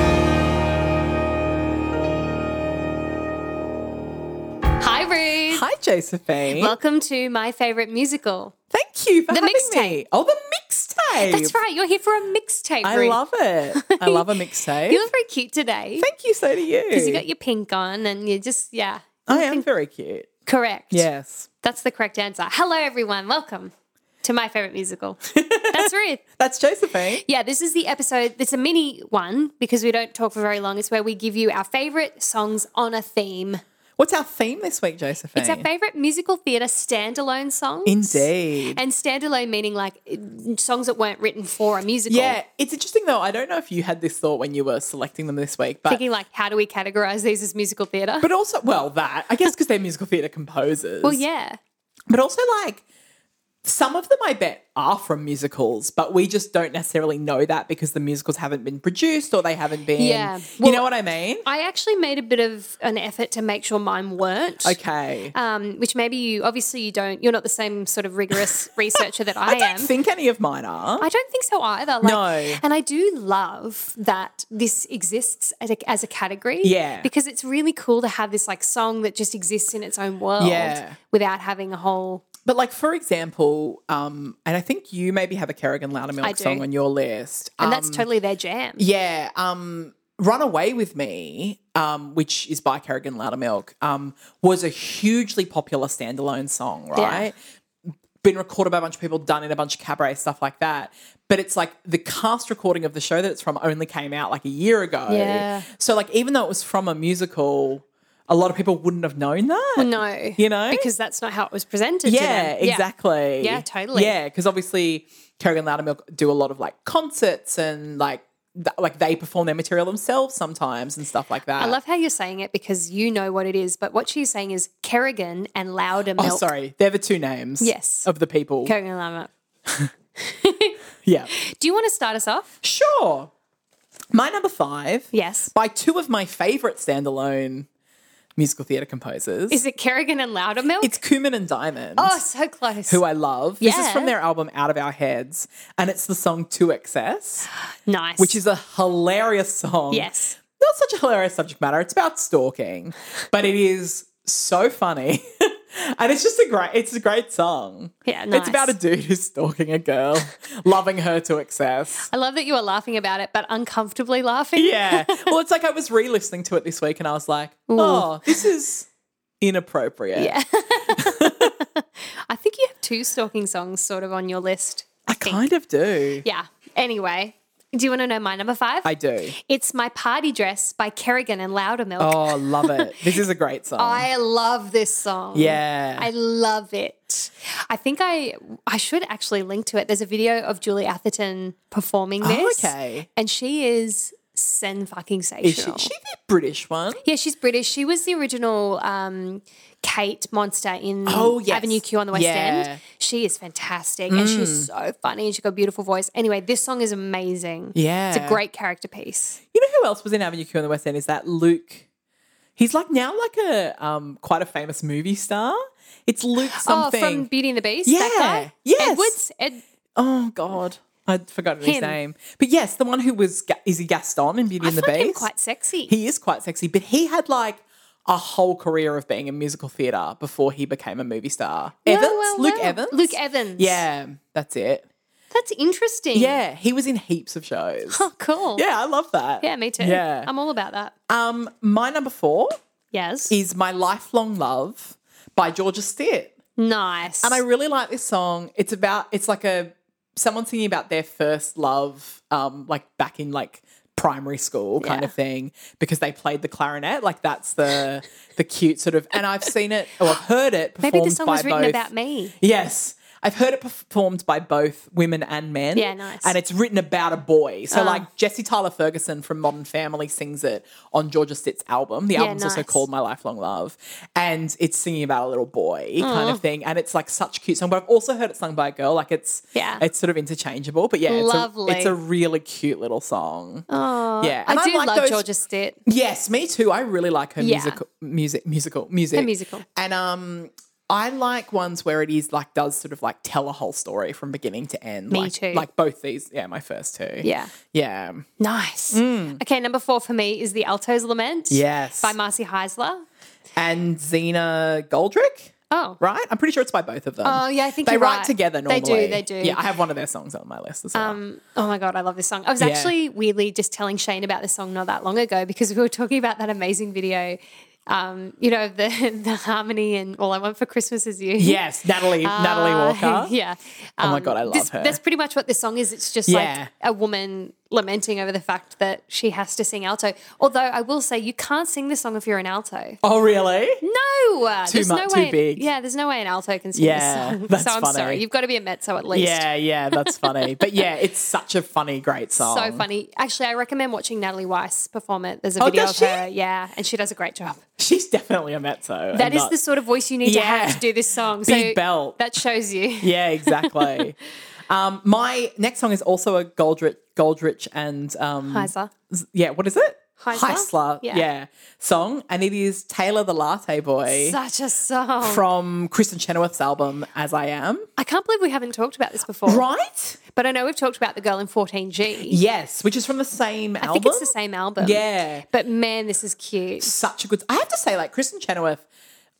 Hi, Josephine. Welcome to my favorite musical. Thank you for The having mixtape. me. Oh, the mixtape. That's right. You're here for a mixtape. I Ruth. love it. I love a mixtape. You look very cute today Thank you. So do you. because you got your pink on and you just yeah. I am very cute. Correct. Yes. That's the correct answer. Hello, everyone. Welcome to my favorite musical. That's Ruth. That's Josephine. Yeah, this is the episode. It's a mini one because we don't talk for very long. It's where we give you our favorite songs on a theme. What's our theme this week, Josephine? It's our favorite musical theatre standalone songs. Indeed. And standalone meaning like uh, songs that weren't written for a musical. yeah, it's interesting though. I don't know if you had this thought when you were selecting them this week, but Thinking like, how do we categorize these as musical theatre? but also, well, that I guess because they're musical theatre composers. Well, yeah. but also like some of them I bet are from musicals, but we just don't necessarily know that because the musicals haven't been produced or they haven't been. Yeah. you know Well- what I mean? I actually made a bit of an effort to make sure mine weren't. Okay. Um, which maybe you obviously you don't. You're not the same sort of rigorous researcher that I, I don't am. think any of mine are. I don't think so either. Like, No. And I do love that this exists as a, as a category. Yeah. Because it's really cool to have this like song that just exists in its own world Yeah. without having a whole. But like for example, um, and I think you maybe have a Kerrigan Loudermilk do. song on your list. And Um, that's totally their jam. yeah, um, "Run Away with Me," um, which is by Kerrigan Loudermilk, um, was a hugely popular standalone song, right? Been recorded by a bunch of people, done in a bunch of cabaret stuff like that. But it's like the cast recording of the show that it's from only came out like a year ago. Yeah. So like even though it was from a musical, a lot of people wouldn't have known that. No. You know? Because that's not how it was presented to Yeah, them. exactly. Yeah, totally. Yeah, because obviously Kerrigan Loudermilk do a lot of like concerts and like th- like they perform their material themselves sometimes and stuff like that. I love how you're saying it because you know what it is, but what she's saying is Kerrigan and Louder Oh, Milk. sorry, they're the two names. Yes. of the people. Kerrigan and Louder Milk. Yeah, Do you want to start us off? sure. My number five. Yes. by two of my favorite standalone musical theatre composers. Is it Kerrigan and Louder Milk? it's Cooman and Diamond. oh, so close. Who I love. This is Yeah. from their album Out of Our Heads, and it's the song To Excess, nice. which is a hilarious song. Yes. not such a hilarious subject matter. It's about stalking, but it is so funny. and it's just a great it's a great song. Yeah, It's nice. about a dude who's stalking a girl, loving her to excess. I love that you were laughing about it, but uncomfortably laughing. Yeah. Well, it's like I was re-listening to it this week and I was like, "Oh, this is inappropriate." Yeah. I think you have two stalking songs sort of on your list. I kind of do. Yeah. Anyway, do you want to know my number five? I do. it's My Party Dress by Kerrigan and Loudermilk. Oh, love it. This is a great song. I love this song. yeah. I love it. I think I I should actually link to it. There's a video of Julie Atherton performing this. Oh, okay. And she is sen fucking is she, sensational. she the British one? Yeah, she's British. She was the original um, Kate Monster in Oh, yes. Avenue Q on the West Yeah. Mm. End. She is fantastic and she's so funny and she's got a beautiful voice. Anyway, this song is amazing. It's Yeah. a great character piece. You know who else was in Avenue Q in the West End is that Luke. He's like now like a um quite a famous movie star. It's Luke something. Oh, from Beauty and the Beast? That Yeah. guy? Yes. Edwards? Ed- Oh, god, I'd forgotten his Him. name. But yes, the one who was Ga- is he Gaston in Beauty I and the find him Beast? quite sexy. he is quite sexy, but he had like a whole career of being in musical theatre before he became a movie star. Evans, well, Luke well. Evans, Luke Evans. Yeah, that's it. That's interesting. Yeah, he was in heaps of shows. Oh, cool. Yeah, I love that. Yeah, Uh, me too. Yeah. I'm all about that. Um, my number four Yes. is My Lifelong Love by Georgia Stitt. nice. And I really like this song. It's about it's like a someone singing about their first love, um, like back in like primary school kind Yeah. of thing, because they played the clarinet. Like that's the the cute sort of and I've seen it or I've heard it performed Maybe the song by was written both. about me. Yes. I've heard it performed by both women and men. Yeah, nice. Ah. And it's written about a boy. So, like, Jesse Tyler Ferguson from Modern Family sings it on Georgia Stitt's album. The album's also nice. called My Lifelong Love. And it's singing about a little boy kind of thing. And it's like such a cute song. But I've also heard it sung by a girl. Like, it's Yeah. it's sort of interchangeable. But yeah, it's a, Lovely. it's a really cute little song. Oh, yeah. I do like love those- Georgia Stitt. Yes, me too. I really like her Yeah. musical music musical music. musical. And um I like ones where it is like does sort of like tell a whole story from beginning to end. Me like, too. Like both these, yeah, my first two. Yeah. yeah, Nice. Mm. Okay, number four for me is The Alto's Lament. yes. By Marcy Heisler. and Xena Goldrick, Oh. right? I'm pretty sure it's by both of them. Oh, yeah, I think they you're write right. together They normally. do, they do. Yeah, I have one of their songs on my list as well. Um, oh my god, I love this song. I was actually weirdly just telling Shane about this song not that long ago because we were talking about that amazing video. Um, you know the the harmony and all I want for Christmas is you. yes, Natalie Natalie Uh, Walker. Oh yeah. my Um, God, I love this- her. That's pretty much what this song is. It's just Yeah. like a woman lamenting over the fact that she has to sing alto. Although I will say, you can't sing this song if you're an alto. Oh, really? No, Too there's mu- no too way. big. Yeah, there's no way an alto can sing Yeah, this song. that's so I'm funny. sorry, you've got to be a mezzo at least. Yeah, yeah, that's funny. but yeah, it's such a funny, great song. So funny. Actually, I recommend watching Natalie Weiss perform it. There's a Oh, video does of she? her. Yeah, and she does a great job. She's definitely a mezzo. That is the sort of voice you need to Yeah. have to do this song. Big so belt. That shows you. Yeah, exactly. um, my next song is also a Goldrich, Goldrich and um, Heiser. z- yeah, what is it? Heisler? Yeah. Yeah. song, and it is Taylor the Latte Boy Such a song. from Kristen Chenoweth's album As I Am. I can't believe we haven't talked about this before. Right? But I know we've talked about the girl in 14G. Yes, which is from the same album. I think it's the same album. Yeah, But man, this is cute. such a good. I have to say, like Kristen Chenoweth,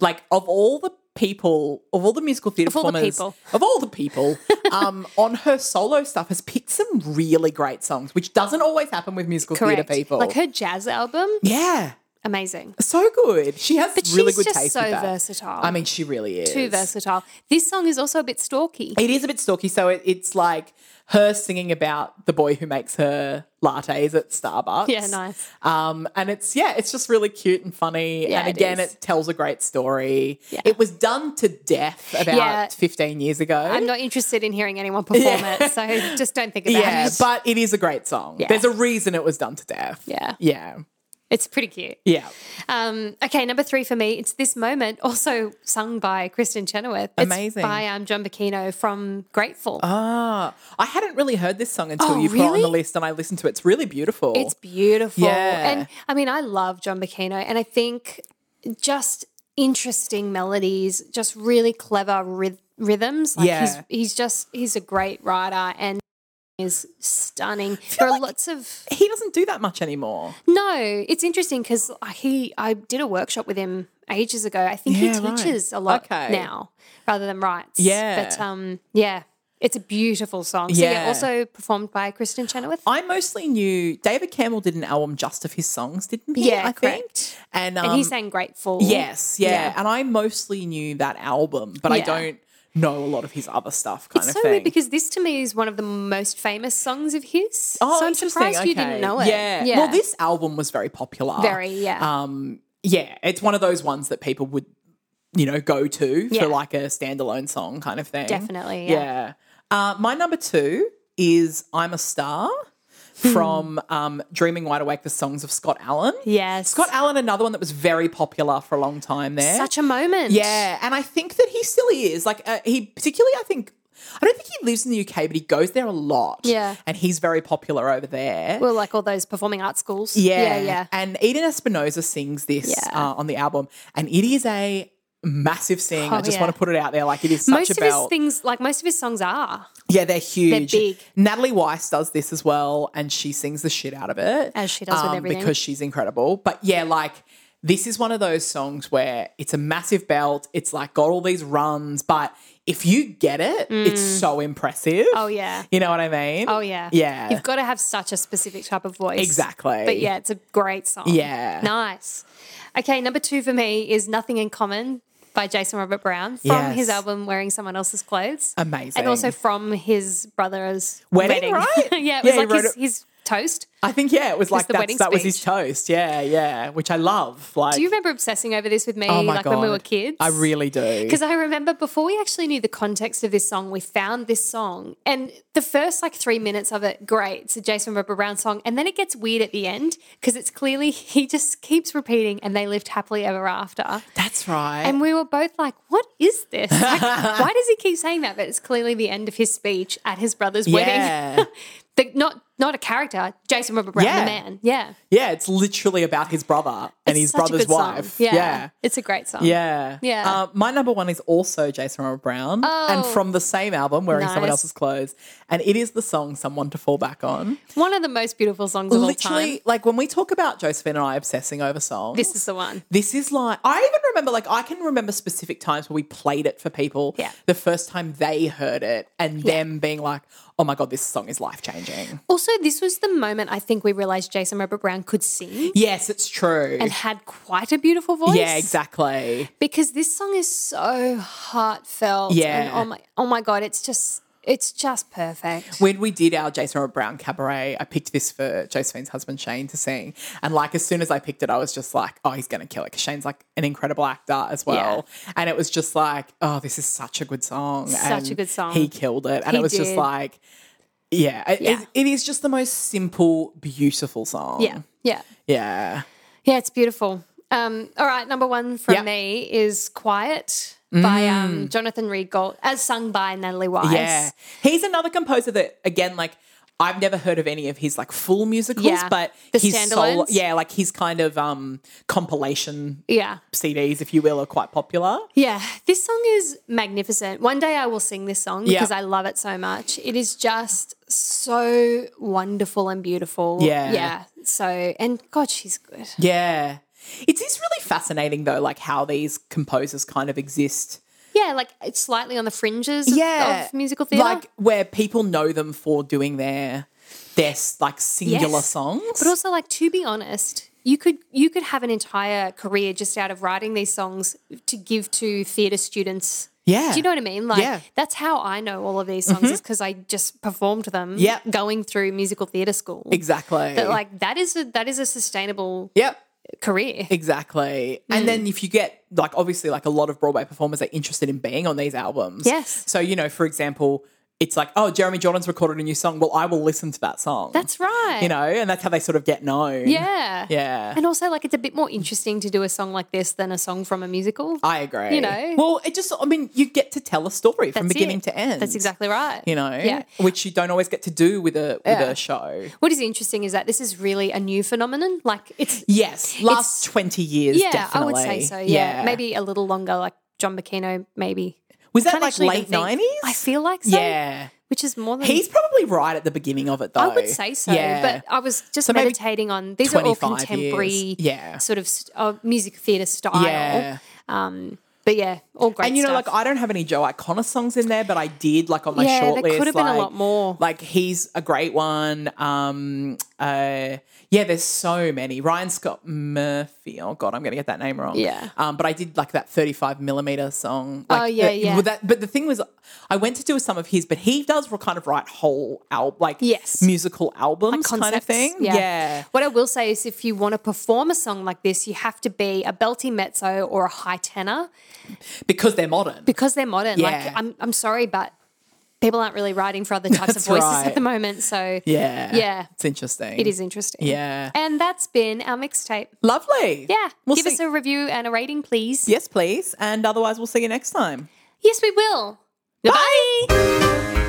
like of all the people, of all the musical theatre Of all the performers, people. of all the people, um, on her solo stuff has picked some really great songs, which doesn't always happen with musical theatre Correct. people. Like her jazz album, yeah, amazing. so good. She has really she's good just taste. so with that. versatile. I mean, she really is Too versatile. This song is also a bit stalky. It is a bit stalky, so it, it's like her singing about the boy who makes her lattes at Starbucks. Yeah, nice. Um, and it's yeah, it's just really cute and funny. Yeah, and it again, it, is. tells a great story. Yeah. It was done to death about Yeah. 15 years ago. I'm not interested in hearing anyone perform Yeah. it, so just don't think about yeah, it. but it is a great song. Yeah. There's a reason it was done to death. Yeah. Yeah. It's pretty cute. Yeah. Um, okay, number three for me, it's This Moment, also sung by Kristen Chenoweth. It's Amazing. by um, John Bacchino from Grateful. Ah, I hadn't really heard this song until Oh, you put it on really? the list and I listened to it. It's really beautiful. It's beautiful. Yeah. And I mean, I love John Bacchino, and I think just interesting melodies, just really clever ryth- rhythms. Like Yeah. He's, he's just, he's a great writer and is stunning. There are like- lots of. he doesn't do that much anymore. No, it's interesting because he I did a workshop with him ages ago. I think Yeah, he right. teaches a lot Okay. now rather than writes. Yeah. but um, yeah, it's a beautiful song. So Yeah. yeah, also performed by Kristen Chenoweth. I mostly knew David Campbell did an album just of his songs, didn't he? Yeah, I correct. think. And, um, and he sang "Grateful." yes, yeah. And I mostly knew that album, but I Yeah. don't know a lot of his other stuff. Kind It's of so thing. weird because this to me is one of the most famous songs of his. so I'm Oh, interesting. surprised you didn't Okay. know it. Yeah. Well, this album was very popular. very yeah. Um, yeah, it's one of those ones that people would, you know, go to Yeah. for like a standalone song kind of thing. Definitely, Yeah. Uh, my number two is "I'm a Star" Hmm. from um, "Dreaming Wide Awake," the songs of Scott Allen. yes, Scott Allen, another one that was very popular for a long time there. such a moment. yeah, and I think that he still is. Like, uh, he particularly, I think, I don't think he lives in the UK, but he goes there a lot. Yeah. And he's very popular over there. well, like all those performing arts schools. yeah. yeah, yeah. And Eden Espinosa sings this Yeah. uh, on the album, and it is a massive sing. I Oh, just yeah. want to put it out there. Like, it is such most a of belt. his things, like most of his songs, are yeah, they're huge. big. Natalie Weiss does this as well, and she sings the shit out of it. as she does with um, everything. because she's incredible. But yeah, like this is one of those songs where it's a massive belt. It's like got all these runs, but if you get it, it's so impressive. Mm. oh yeah, you know what I mean? oh yeah, yeah, You've got to have such a specific type of voice, exactly. But yeah, it's a great song. Yeah. nice. Okay, number two for me is "Nothing in Common" by Jason Robert Brown from Yes. his album "Wearing Someone Else's Clothes," amazing. and also from his brother's wedding. Wedding, right? yeah, it Yeah, was he like wrote his, it- his toast. I think yeah, it was like the that's, wedding that was his speech. toast. Yeah, yeah, which I love. Like, Do you remember obsessing over this with me, oh my like god, when we were kids? I really do. Because I remember before we actually knew the context of this song, we found this song, and the first like three minutes of it, great. It's a Jason Robert Brown song, and then it gets weird at the end because it's clearly he just keeps repeating, "And they lived happily ever after." that's right. And we were both like, "What is this? Like, why does he keep saying that?" But it's clearly the end of his speech at his brother's yeah, wedding. the, not Not a character, Jason Robert Brown, Yeah. the man. Yeah. Yeah, it's literally about his brother and It's his such a brother's good song. wife. Yeah. yeah. It's a great song. Yeah. Yeah. Uh, my number one is also Jason Robert Brown. And Oh. from the same album, wearing someone Nice. else's clothes. And it is the song Someone to Fall Back on. One of the most beautiful songs of all Literally, time. like when we talk about Josephine and I obsessing over songs. This is the one. This is like I even remember like I can remember specific times where we played it for people Yeah. the first time they heard it and them being like, Oh my god, this song is life changing. Also, this was the moment I think we realized Jason Robert Brown could sing Yes, it's true. and had quite a beautiful voice. yeah, exactly. Because this song is so heartfelt. And Yeah. oh my oh my God, it's just it's just perfect. when we did our Jason Robert Brown cabaret, I picked this for Josephine's husband Shane to sing. And like as soon as I picked it, I was just like, oh, he's gonna kill it. Cause Shane's like an incredible actor as well. And it was just like, oh, this is such a good song. Such a And good song. He killed it. And He it was just did. like, yeah, it, Yeah. it is just the most simple, beautiful song. Yeah. Yeah. Yeah. Yeah, it's beautiful. Um, all right, number one from Yep. me is Quiet by um, Jonathan Reed Gold, as sung by Natalie Wise. Yeah. He's another composer that, again, like, I've never heard of any of his like full musicals, Yeah. but The his solo, standalones? yeah, like his kind of um compilation Yeah. CDs, if you will, are quite popular. Yeah. This song is magnificent. One day I will sing this song Yeah. because I love it so much. It is just so wonderful and beautiful. Yeah. Yeah. So, and God, she's good. Yeah. It is really fascinating though, like how these composers kind of exist. Yeah. Like it's slightly on the fringes of- of, musical theatre. Like where people know them for doing their their like singular Yes. songs. But also, like to be honest, you could you could have an entire career just out of writing these songs to give to theatre students. Yeah. Do you know what I mean? Like Yeah. Mm-hmm. that's how I know all of these songs is because I just performed them. Yeah. going through musical theatre school. exactly. But like that is a that is a sustainable Yep. career. Exactly. Mm. And then if you get like obviously like a lot of Broadway performers are interested in being on these albums. Yes. So, you know, for example, it's like, oh, Jeremy Jordan's recorded a new song. Well, I will listen to that song. That's right. you know, and that's how they sort of get known. Yeah. Yeah. And also, like, it's a bit more interesting to do a song like this than a song from a musical. I agree. You know? Well, it just I mean, you get to tell a story from That's beginning it. to end. That's exactly right. you know, Yeah. which you don't always get to do with a with a show. What is interesting is that this is really a new phenomenon. Like, it's Yes, last twenty years. Yeah, definitely. I would say so. Yeah. maybe a little longer, like John McKino, maybe. was I that can't like actually even late think. nineties? I feel like so. yeah, which is more than he's probably right at the beginning of it though. I would say so. But I was just So maybe meditating on these are all 25 years. contemporary, Yeah. sort of st- uh, music theatre style. Yeah. Um, but yeah, all great. and you know, stuff. like I don't have any Joe Iconis songs in there, but I did like on my Yeah, there short list. could have been a like- lot more. Like he's a great one. Um, uh, yeah, there's so many. Ryan Scott Murphy. Oh God, I'm gonna get that name wrong. Yeah. Um, but I did like that 35 millimeter song. Like, Oh, yeah, uh, yeah. with that- but the thing was, I went to do some of his, but he does kind of write whole album, like Yes. musical albums kind of concepts. thing. yeah. What I will say is, if you want to perform a song like this, you have to be a belty mezzo or a high tenor because they're modern. because they're modern. Yeah. Like, I'm, I'm sorry, but people aren't really writing for other types of That's voices right. at the moment. So yeah, Yeah. It's interesting. it is interesting. Yeah. And that's been our mixtape. Lovely. Yeah. We'll Give see- us a review and a rating, please. Yes, please. And otherwise, we'll see you next time. Yes, we will. Bye.